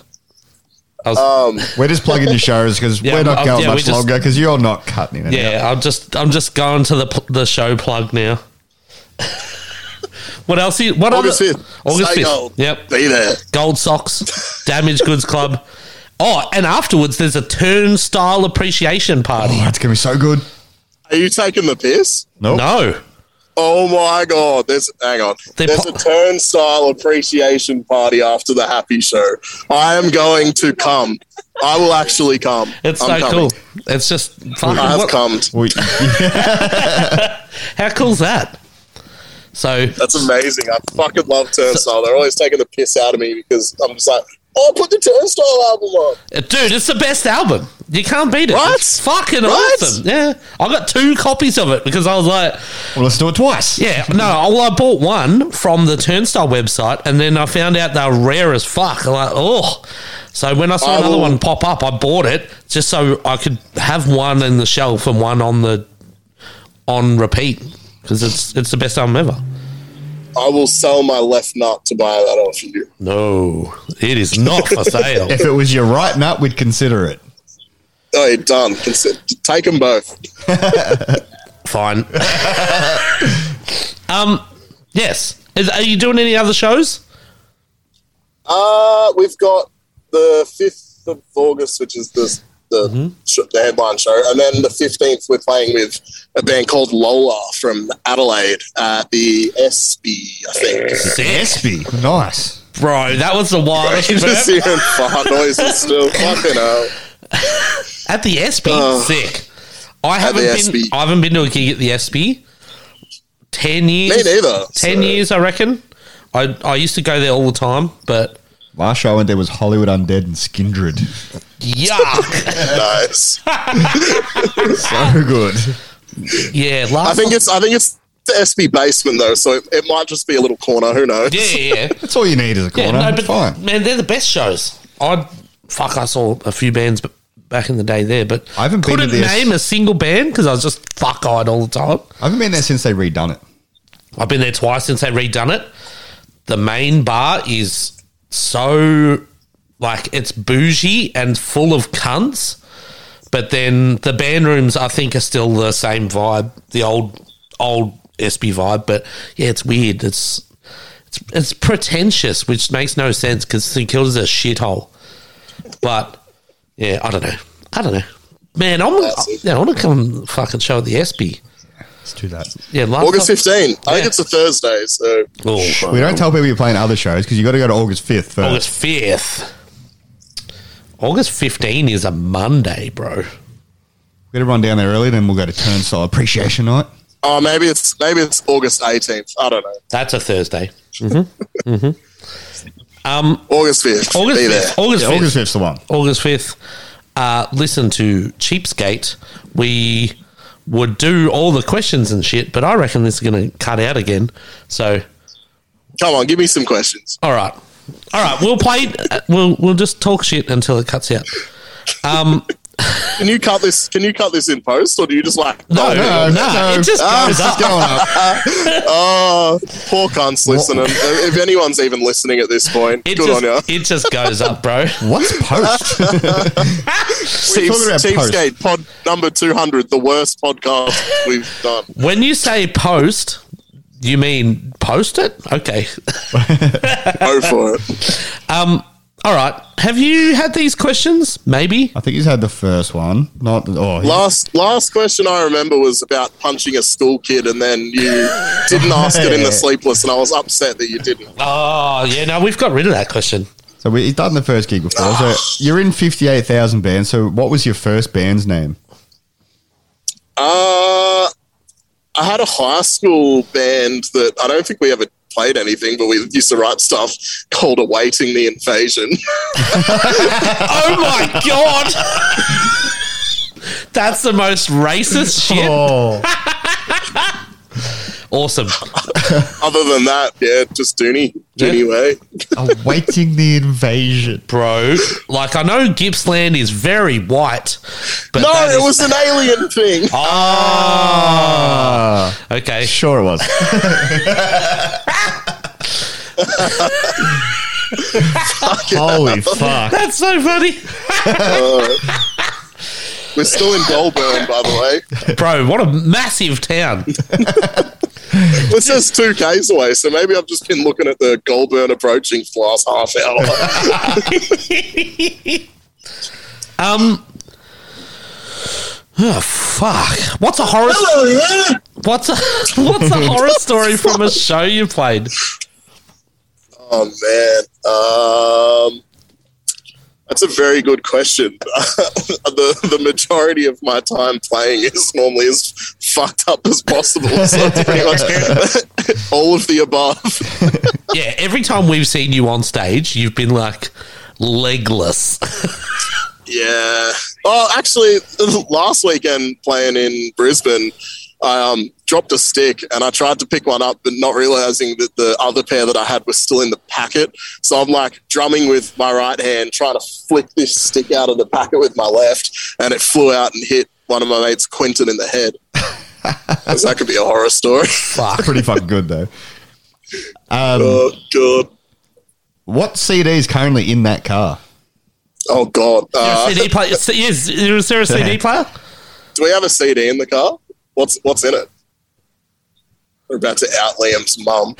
[SPEAKER 4] Um,
[SPEAKER 2] I was-
[SPEAKER 3] We're just plugging your shows because
[SPEAKER 2] Yeah,
[SPEAKER 3] we're not
[SPEAKER 2] I'm-
[SPEAKER 3] going
[SPEAKER 2] yeah, we
[SPEAKER 3] much
[SPEAKER 2] just-
[SPEAKER 3] longer because you're not cutting it.
[SPEAKER 2] yeah, I'm just I'm just going to the pl- the show plug now. what else? You, what
[SPEAKER 4] August
[SPEAKER 2] other-
[SPEAKER 4] 5th.
[SPEAKER 2] August
[SPEAKER 4] Stay
[SPEAKER 2] fifth.
[SPEAKER 4] gold.
[SPEAKER 2] Yep.
[SPEAKER 4] Be there.
[SPEAKER 2] Gold socks, damaged goods club. Oh, and afterwards there's a turnstile appreciation party.
[SPEAKER 3] Oh, it's gonna be so good.
[SPEAKER 4] Are you taking the piss?
[SPEAKER 3] Nope.
[SPEAKER 2] No,
[SPEAKER 4] Oh my god! There's hang on.
[SPEAKER 2] They
[SPEAKER 4] There's
[SPEAKER 2] po-
[SPEAKER 4] a turnstile appreciation party after the happy show. I am going to come. I will actually come.
[SPEAKER 2] it's so
[SPEAKER 4] I'm coming.
[SPEAKER 2] cool. It's just fucking.
[SPEAKER 4] I have
[SPEAKER 2] what-
[SPEAKER 4] come.
[SPEAKER 3] We,
[SPEAKER 2] how cool's that? So uh,
[SPEAKER 4] That's amazing. I fucking love Turnstile. They're always taking the piss out of me because I'm just like, oh, put the Turnstile album on.
[SPEAKER 2] Dude, it's the best album. You can't beat it.
[SPEAKER 4] Right?
[SPEAKER 2] It's fucking
[SPEAKER 4] Right?
[SPEAKER 2] awesome. Yeah. I got two copies of it because I was like,
[SPEAKER 3] well, let's do it twice.
[SPEAKER 2] yeah, no, well, I bought one from the Turnstile website and then I found out they were rare as fuck. I'm like, oh. So when I saw
[SPEAKER 4] I
[SPEAKER 2] another
[SPEAKER 4] will-
[SPEAKER 2] one pop up, I bought it just so I could have one in the shelf and one on the on repeat because it's it's the best album ever.
[SPEAKER 4] I will sell my left nut to buy that off you.
[SPEAKER 2] No, it is not for sale.
[SPEAKER 3] If it was your right nut, we'd consider it.
[SPEAKER 4] Oh, you're done. Consider, take them both.
[SPEAKER 2] Fine. um, yes. Is, are you doing any other shows?
[SPEAKER 4] Uh, we've got the 5th of August, which is the, the, sh- the headline show. And then the 15th, we're playing with a band called Lola from Adelaide at the SB, I think.
[SPEAKER 3] Espy, nice.
[SPEAKER 2] Bro, that was the wildest.
[SPEAKER 4] You just
[SPEAKER 2] burp.
[SPEAKER 4] hearing fart noises still. Fucking hell.
[SPEAKER 2] At the SP,
[SPEAKER 4] Oh.
[SPEAKER 2] sick. I haven't
[SPEAKER 4] the
[SPEAKER 2] been.
[SPEAKER 4] SB.
[SPEAKER 2] I haven't been to a gig at the SP. ten years.
[SPEAKER 4] Me neither.
[SPEAKER 2] Ten
[SPEAKER 4] so-
[SPEAKER 2] years, I reckon. I I used to go there all the time, but
[SPEAKER 3] Last show I went there was Hollywood Undead and Skindred.
[SPEAKER 2] yuck.
[SPEAKER 4] Nice.
[SPEAKER 2] Ah.
[SPEAKER 3] So good.
[SPEAKER 2] yeah,
[SPEAKER 4] I
[SPEAKER 2] last.
[SPEAKER 4] think it's I think it's the SB basement though, so it, it might just be a little corner. Who knows?
[SPEAKER 2] yeah, yeah, yeah.
[SPEAKER 3] That's all you need is a
[SPEAKER 2] Yeah,
[SPEAKER 3] corner.
[SPEAKER 2] no, but
[SPEAKER 3] It's fine.
[SPEAKER 2] man, they're the best shows. I fuck, I saw a few bands b- back in the day there, but
[SPEAKER 3] I haven't been to
[SPEAKER 2] couldn't
[SPEAKER 3] the S-
[SPEAKER 2] name a single band because I was just fuck eyed all the time.
[SPEAKER 3] I haven't been there since they redone it.
[SPEAKER 2] I've been there twice since they redone it. The main bar is so like it's bougie and full of cunts, but then the band rooms I think are still the same vibe, the old old SB vibe. But yeah, it's weird. It's it's it's pretentious, which makes no sense because St Kilda's a shithole. But yeah, I don't know. I don't know. Man, I'm yeah, I want to come fucking show at the SB.
[SPEAKER 3] Let's do that.
[SPEAKER 2] Yeah, last
[SPEAKER 4] August
[SPEAKER 2] time-
[SPEAKER 4] 15. I think
[SPEAKER 2] Yeah.
[SPEAKER 4] it's a Thursday, so
[SPEAKER 2] Oh, bro.
[SPEAKER 3] We don't tell people you're playing other shows because you got to go to August 5th first.
[SPEAKER 2] August 5th. August 15 is a Monday, bro.
[SPEAKER 3] We're going to run down there early, then we'll go to Turnstile Appreciation Night.
[SPEAKER 4] oh maybe it's maybe it's August 18th. I don't know.
[SPEAKER 2] That's a Thursday.
[SPEAKER 4] August
[SPEAKER 2] August
[SPEAKER 4] 5th. be
[SPEAKER 2] 5th.
[SPEAKER 4] there.
[SPEAKER 2] August
[SPEAKER 3] Yeah,
[SPEAKER 2] 5th.
[SPEAKER 3] August 5th's the one.
[SPEAKER 2] August 5th, uh, listen to Cheapskate. We would do all the questions and shit, but I reckon this is going to cut out again. So,
[SPEAKER 4] Come on, give me some questions.
[SPEAKER 2] all right. All right, we'll play. uh, We'll we'll just talk shit until it cuts out.
[SPEAKER 4] Can you cut this? Can you cut this in post, or do you just like?
[SPEAKER 2] No, no,
[SPEAKER 4] oh,
[SPEAKER 2] no, it just goes
[SPEAKER 3] it's
[SPEAKER 2] up.
[SPEAKER 3] going up.
[SPEAKER 4] oh, poor cunts listening. if anyone's even listening at this point,
[SPEAKER 2] It
[SPEAKER 4] good on you.
[SPEAKER 2] just, it just goes up, bro.
[SPEAKER 3] What's post? talking about
[SPEAKER 4] Chiefs, Chiefsgate pod number 200, the worst podcast we've done.
[SPEAKER 2] When you say post, you mean post it? Okay.
[SPEAKER 4] Go for it.
[SPEAKER 2] Um, all right. Have you had these questions? Maybe.
[SPEAKER 3] I think he's had the first one. Not oh, he-
[SPEAKER 4] Last last question I remember was about punching a school kid, and then you didn't ask it in the sleepless, and I was upset that you didn't.
[SPEAKER 2] Oh, yeah. No, we've got rid of that question.
[SPEAKER 3] So we, he's done the first gig before. So you're in fifty-eight thousand bands. So what was your first band's name?
[SPEAKER 4] Uh, I had a high school band that I don't think we ever played anything, but we used to write stuff called "Awaiting the Invasion."
[SPEAKER 2] Oh my god. That's the most racist shit.
[SPEAKER 3] Oh,
[SPEAKER 2] Awesome.
[SPEAKER 4] Other than that, yeah, just Dooney, Dooney Way.
[SPEAKER 3] awaiting the invasion.
[SPEAKER 2] Bro, like I know Gippsland is very white, but
[SPEAKER 4] No,
[SPEAKER 2] that
[SPEAKER 4] it
[SPEAKER 2] is-
[SPEAKER 4] was an alien thing.
[SPEAKER 2] Oh,
[SPEAKER 3] Ah,
[SPEAKER 2] okay.
[SPEAKER 3] sure it was. Holy fuck!
[SPEAKER 2] That's so funny.
[SPEAKER 4] We're still in Goulburn, by the way.
[SPEAKER 2] Bro, what a massive town.
[SPEAKER 4] It says two Ks away, so maybe I've just been looking at the Goulburn approaching for the last half hour.
[SPEAKER 2] Um Oh fuck. What's a horror What's a what's a horror story from a show you played?
[SPEAKER 4] oh man, um, that's a very good question. the the majority of my time playing is normally as fucked up as possible. So it's pretty much all of the above.
[SPEAKER 2] Yeah, every time we've seen you on stage, you've been like legless.
[SPEAKER 4] Yeah. Well, actually, last weekend playing in Brisbane, I um, dropped a stick and I tried to pick one up, but not realizing that the other pair that I had was still in the packet. So I'm like drumming with my right hand, trying to flick this stick out of the packet with my left, and it flew out and hit one of my mates, Quinton, in the head. 'Cause that could be a horror story.
[SPEAKER 2] Fuck.
[SPEAKER 3] Pretty fucking good though.
[SPEAKER 4] oh, God.
[SPEAKER 3] What CD is currently in that car?
[SPEAKER 4] Oh, God. Uh,
[SPEAKER 2] CD player? Is, is there a CD player?
[SPEAKER 4] do we have a CD in the car? What's, what's in it? We're about to out Liam's mum.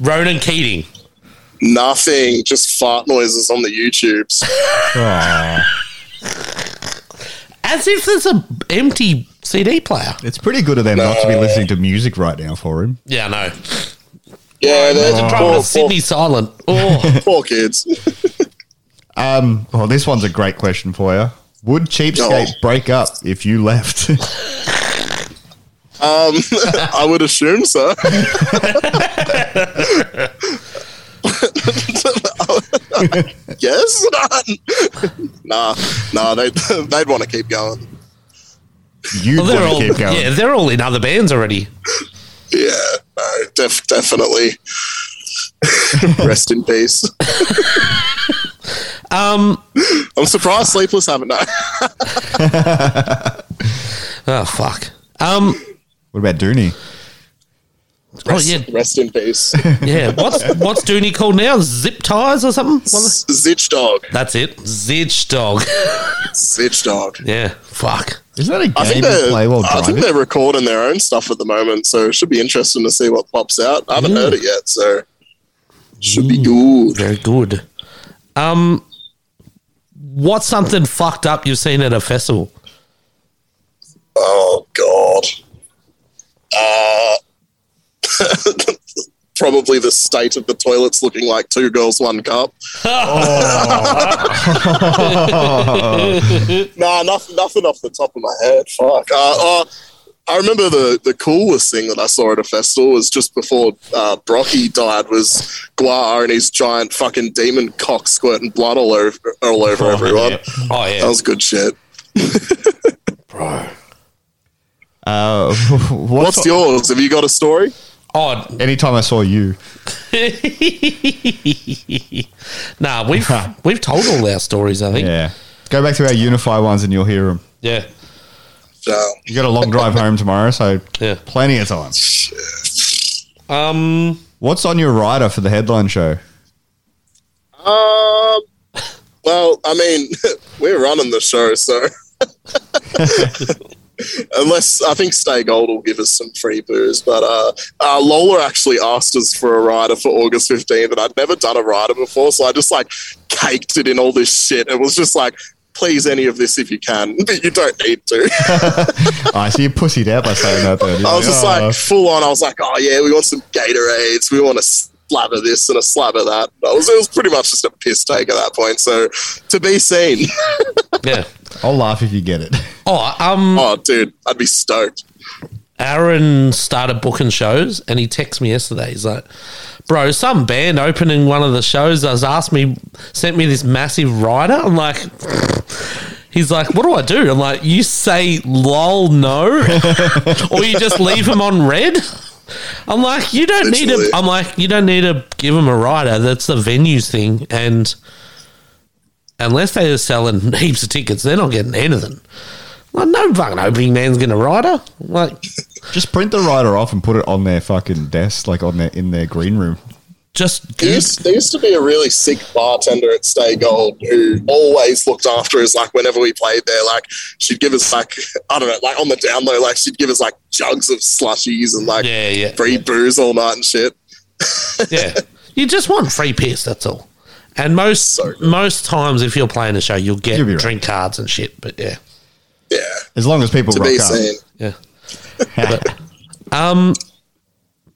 [SPEAKER 2] Ronan Keating.
[SPEAKER 4] Nothing, just fart noises on the YouTubes.
[SPEAKER 3] Aw.
[SPEAKER 2] As if there's a empty CD player.
[SPEAKER 3] it's pretty good of them not to be listening to music right now for him.
[SPEAKER 2] Yeah, no.
[SPEAKER 4] Yeah, they're
[SPEAKER 2] Driving
[SPEAKER 4] poor,
[SPEAKER 2] to Sydney
[SPEAKER 4] poor,
[SPEAKER 2] Silent. Oh,
[SPEAKER 4] poor kids.
[SPEAKER 3] Um, well, this one's a great question for you. Would Cheapskate
[SPEAKER 4] No.
[SPEAKER 3] break up if you left?
[SPEAKER 4] Um, I would assume so. yes. nah, nah. They they'd want to keep going.
[SPEAKER 3] You
[SPEAKER 2] Well, they're
[SPEAKER 3] want
[SPEAKER 2] all
[SPEAKER 3] to keep going.
[SPEAKER 2] yeah, they're all in other bands already.
[SPEAKER 4] Yeah. No. Def- definitely. Rest in peace.
[SPEAKER 2] Um,
[SPEAKER 4] I'm surprised Sleepless haven't. No.
[SPEAKER 2] oh fuck. Um,
[SPEAKER 3] What about Dooney?
[SPEAKER 2] oh
[SPEAKER 4] Rest,
[SPEAKER 2] yeah,
[SPEAKER 4] rest in peace.
[SPEAKER 2] yeah. What's what's Dooney called now? Zip ties or something? What-
[SPEAKER 4] Zitch dog.
[SPEAKER 2] That's it. Zitch dog.
[SPEAKER 4] Zitch dog.
[SPEAKER 2] yeah. Fuck.
[SPEAKER 3] Is that a
[SPEAKER 4] I
[SPEAKER 3] game
[SPEAKER 4] think,
[SPEAKER 3] you
[SPEAKER 4] they're,
[SPEAKER 3] play while
[SPEAKER 4] I think
[SPEAKER 3] driving?
[SPEAKER 4] they're recording their own stuff at the moment, so it should be interesting to see what pops out. I haven't heard it yet, so should
[SPEAKER 3] Mm.
[SPEAKER 4] be good.
[SPEAKER 2] Very good. Um, what's something fucked up you've seen at a festival?
[SPEAKER 4] Oh god. Uh, probably the state of the toilets looking like two girls, one cup.
[SPEAKER 2] Oh.
[SPEAKER 4] nah, nothing, nothing off the top of my head. Fuck. Uh, oh, I remember the, the coolest thing that I saw at a festival was just before uh, Brocky died was Guar and his giant fucking demon cock squirting blood all over all over everyone.
[SPEAKER 2] Oh yeah.
[SPEAKER 4] That was good shit.
[SPEAKER 3] Uh,
[SPEAKER 4] What's
[SPEAKER 3] what's your-
[SPEAKER 4] yours? Have you got a story?
[SPEAKER 2] Oh
[SPEAKER 3] anytime I saw you,
[SPEAKER 2] nah, we've we've told all our stories. I think. Yeah.
[SPEAKER 3] yeah. Go back to our Unify ones and you'll hear them.
[SPEAKER 2] Yeah.
[SPEAKER 4] No.
[SPEAKER 3] You got a long drive home tomorrow, so
[SPEAKER 2] Yeah.
[SPEAKER 3] plenty of time.
[SPEAKER 2] Um.
[SPEAKER 3] What's on your rider for the headline show?
[SPEAKER 4] Um. Well, I mean, we're running the show, so unless I think Stay Gold will give us some free booze, but uh, uh, Lola actually asked us for a rider for August fifteenth, and I'd never done a rider before, so I just like caked it in all this shit. It was just like, please, any of this if you can, but you don't need to.
[SPEAKER 3] I see you pussied out by saying that. Then.
[SPEAKER 4] I was just like full on. I was like, oh yeah, we want some Gatorades. We want a slab of this and a slab of that. I was, it was pretty much just a piss take at that point. So to be seen.
[SPEAKER 2] Yeah.
[SPEAKER 3] I'll laugh if you get it.
[SPEAKER 2] Oh, um,
[SPEAKER 4] Oh, dude, I'd be stoked.
[SPEAKER 2] Aaron started booking shows, and he texted me yesterday. He's like, "Bro, some band opening one of the shows has asked me, sent me this massive rider." I'm like, "He's like, what do I do?" I'm like, "You say lol no, or you just leave him on red." I'm like, "You don't need to."
[SPEAKER 4] Literally.
[SPEAKER 2] I'm like, "You don't need to give him a rider. That's the venues thing, and unless they are selling heaps of tickets, they're not getting anything." Like, no fucking opening man's gonna ride her. Like,
[SPEAKER 3] Just print the rider off and put it on their fucking desk, like on their in their green room.
[SPEAKER 2] just
[SPEAKER 4] There used, there used to be a really sick bartender at Stay Gold who always looked after us. Like whenever we played there, like she'd give us like I don't know, like on the down low, like she'd give us like jugs of slushies and like
[SPEAKER 2] Yeah, yeah.
[SPEAKER 4] free booze all night and shit.
[SPEAKER 2] yeah. You just want free piss, that's all. And most
[SPEAKER 4] So good.
[SPEAKER 2] most times if you're playing a show you'll get
[SPEAKER 3] You'll be right.
[SPEAKER 2] drink cards and shit, but yeah.
[SPEAKER 4] Yeah,
[SPEAKER 3] As long as people
[SPEAKER 4] to
[SPEAKER 3] rock
[SPEAKER 4] be
[SPEAKER 3] up.
[SPEAKER 4] seen.
[SPEAKER 2] Yeah. But, um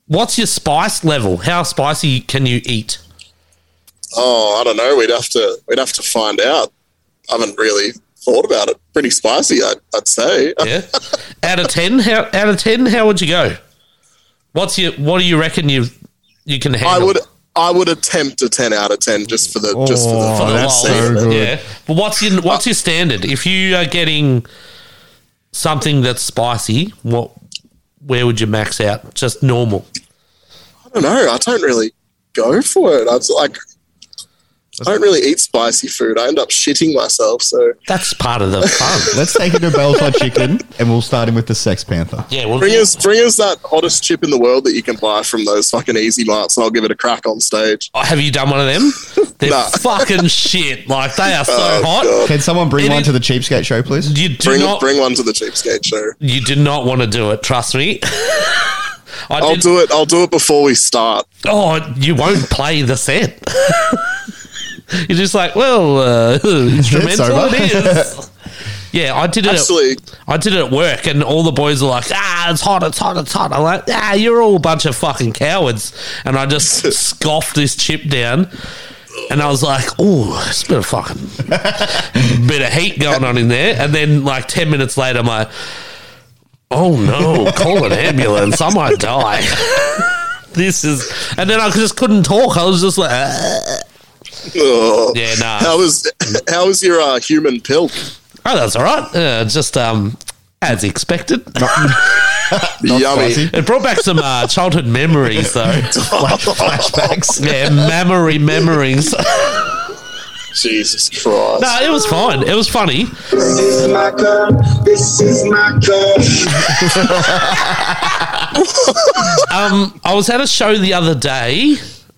[SPEAKER 2] what's your spice level? How spicy can you eat?
[SPEAKER 4] Oh, I don't know. We'd have to we'd have to find out. I haven't really thought about it. Pretty spicy, I'd, I'd say.
[SPEAKER 2] Yeah. out of 10, how out of 10 how would you go? What's your what do you reckon you you can handle?
[SPEAKER 4] I would I would attempt a ten out of ten just for the just for the
[SPEAKER 3] Oh,
[SPEAKER 2] for the
[SPEAKER 3] that's
[SPEAKER 2] lol.
[SPEAKER 3] so
[SPEAKER 4] sake.
[SPEAKER 3] good.
[SPEAKER 2] Yeah. But what's your what's your standard? If you are getting something that's spicy, what where would you max out? Just normal.
[SPEAKER 4] I don't know. I don't really go for it. I was like, I don't really eat spicy food. I end up shitting myself. So
[SPEAKER 2] That's part of the fun.
[SPEAKER 3] Let's take it to Belfast Chicken, and we'll start him with the Sex Panther.
[SPEAKER 2] yeah, well,
[SPEAKER 4] bring us, bring us that hottest chip in the world that you can buy from those fucking Easy Marts, and I'll give it a crack on stage.
[SPEAKER 2] oh, have you done one of them? They're
[SPEAKER 4] Nah.
[SPEAKER 2] fucking shit. Like they are so hot.
[SPEAKER 3] Can someone bring
[SPEAKER 2] It
[SPEAKER 3] one
[SPEAKER 2] is-
[SPEAKER 3] to the Cheapskate show, please?
[SPEAKER 2] You do
[SPEAKER 4] Oh, Bring,
[SPEAKER 2] not.
[SPEAKER 4] bring one to the cheapskate show.
[SPEAKER 2] you do not want to do it. Trust me. I
[SPEAKER 4] I'll
[SPEAKER 2] did,
[SPEAKER 4] do it. I'll do it before we start.
[SPEAKER 2] oh, you won't play the set. You're just like, well, uh, instrumental
[SPEAKER 3] over.
[SPEAKER 2] it is. Yeah, I did it. at-
[SPEAKER 4] Actually,
[SPEAKER 2] I did it at work, and all the boys are like, "Ah, it's hot, it's hot, it's hot." I'm like, "Ah, you're all a bunch of fucking cowards," and I just scoffed this chip down, and I was like, "Oh, it's a bit of fucking bit of heat going on in there." And then, like ten minutes later, I'm like, Oh no, call an ambulance. I might die. this is. And then I just couldn't talk. I was just like, "Ah."
[SPEAKER 4] Ugh.
[SPEAKER 2] yeah, nah.
[SPEAKER 4] How is how is your uh, human pill?
[SPEAKER 2] Oh, that's all right. Uh, just um, as expected.
[SPEAKER 4] Yummy.
[SPEAKER 3] spicy.
[SPEAKER 2] It brought back some uh, childhood memories, though.
[SPEAKER 3] Flashbacks.
[SPEAKER 2] Yeah, memory memories.
[SPEAKER 4] Jesus Christ.
[SPEAKER 2] no, it was fine. It was funny.
[SPEAKER 5] This is my cup. This is my cup.
[SPEAKER 2] Um, I was at a show the other day.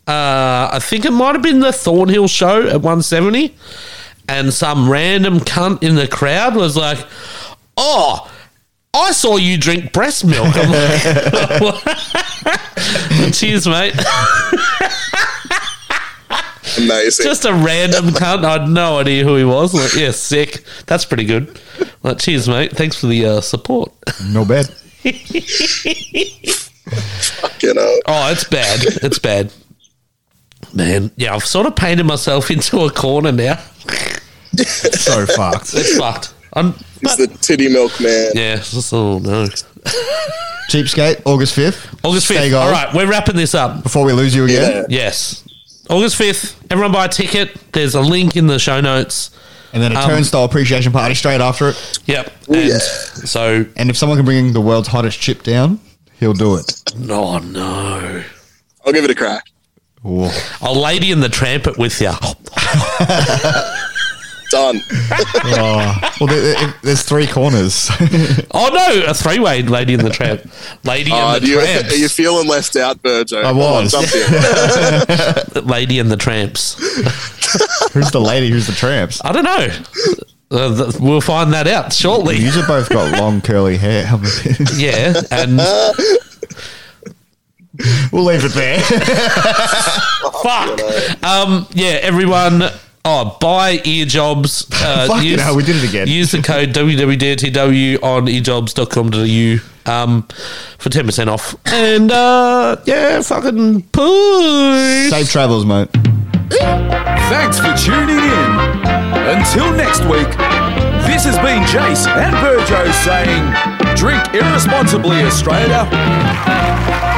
[SPEAKER 2] Uh, I think it might have been the Thornhill show at 170, and some random cunt in the crowd was like, "Oh, I saw you drink breast milk." I'm like, "What?" Cheers, mate.
[SPEAKER 4] Amazing.
[SPEAKER 2] Just a random cunt. I had no idea who he was. Like, yeah, sick. That's pretty good. Like, cheers, mate. Thanks for the uh, support.
[SPEAKER 3] No bad.
[SPEAKER 4] you know.
[SPEAKER 2] Oh, it's bad. It's bad. Man, yeah, I've sort of painted myself into a corner now.
[SPEAKER 3] So fucked.
[SPEAKER 2] It's fucked. I'm,
[SPEAKER 4] He's the titty milk man.
[SPEAKER 2] yeah, it's just- oh no.
[SPEAKER 3] Cheapskate, August 5th.
[SPEAKER 2] August
[SPEAKER 3] Stay
[SPEAKER 2] 5th.
[SPEAKER 3] gold
[SPEAKER 2] All right, we're wrapping this up.
[SPEAKER 3] Before we lose you again.
[SPEAKER 2] Yes. August 5th, everyone buy a ticket. There's a link in the show notes.
[SPEAKER 3] And then a
[SPEAKER 2] Um,
[SPEAKER 3] turnstile appreciation party straight after it.
[SPEAKER 2] Yep. And
[SPEAKER 4] yeah.
[SPEAKER 2] so,
[SPEAKER 3] And if someone can bring the world's hottest chip down, he'll do it.
[SPEAKER 2] no, oh, no.
[SPEAKER 4] I'll give it a crack.
[SPEAKER 3] Whoa.
[SPEAKER 2] I'll lady in the trampet with you.
[SPEAKER 4] Done.
[SPEAKER 3] Oh. Well, there, there- there's three corners.
[SPEAKER 2] Oh no, a three way lady in the tramp. Lady
[SPEAKER 4] Uh,
[SPEAKER 2] and
[SPEAKER 4] do
[SPEAKER 2] the
[SPEAKER 4] you,
[SPEAKER 2] tramps.
[SPEAKER 4] are you feeling left out, Virgo? I
[SPEAKER 3] was.
[SPEAKER 2] lady and the tramps.
[SPEAKER 3] who's the lady? Who's the tramps?
[SPEAKER 2] I don't know. Uh, th- we'll find that out shortly.
[SPEAKER 3] You have both got long curly hair.
[SPEAKER 2] Yeah, and
[SPEAKER 3] Oh, we'll leave it there.
[SPEAKER 2] fuck. Um, yeah, everyone. Oh, buy ear jobs. Uh,
[SPEAKER 3] Fucking hell, we did it again.
[SPEAKER 2] Use the code WWDTW on earjobs.com.au um, for 10% off. And uh, yeah, fucking push.
[SPEAKER 3] Safe travels, mate.
[SPEAKER 6] Thanks for tuning in. Until next week, this has been Jace and Virgo saying, drink irresponsibly, Australia.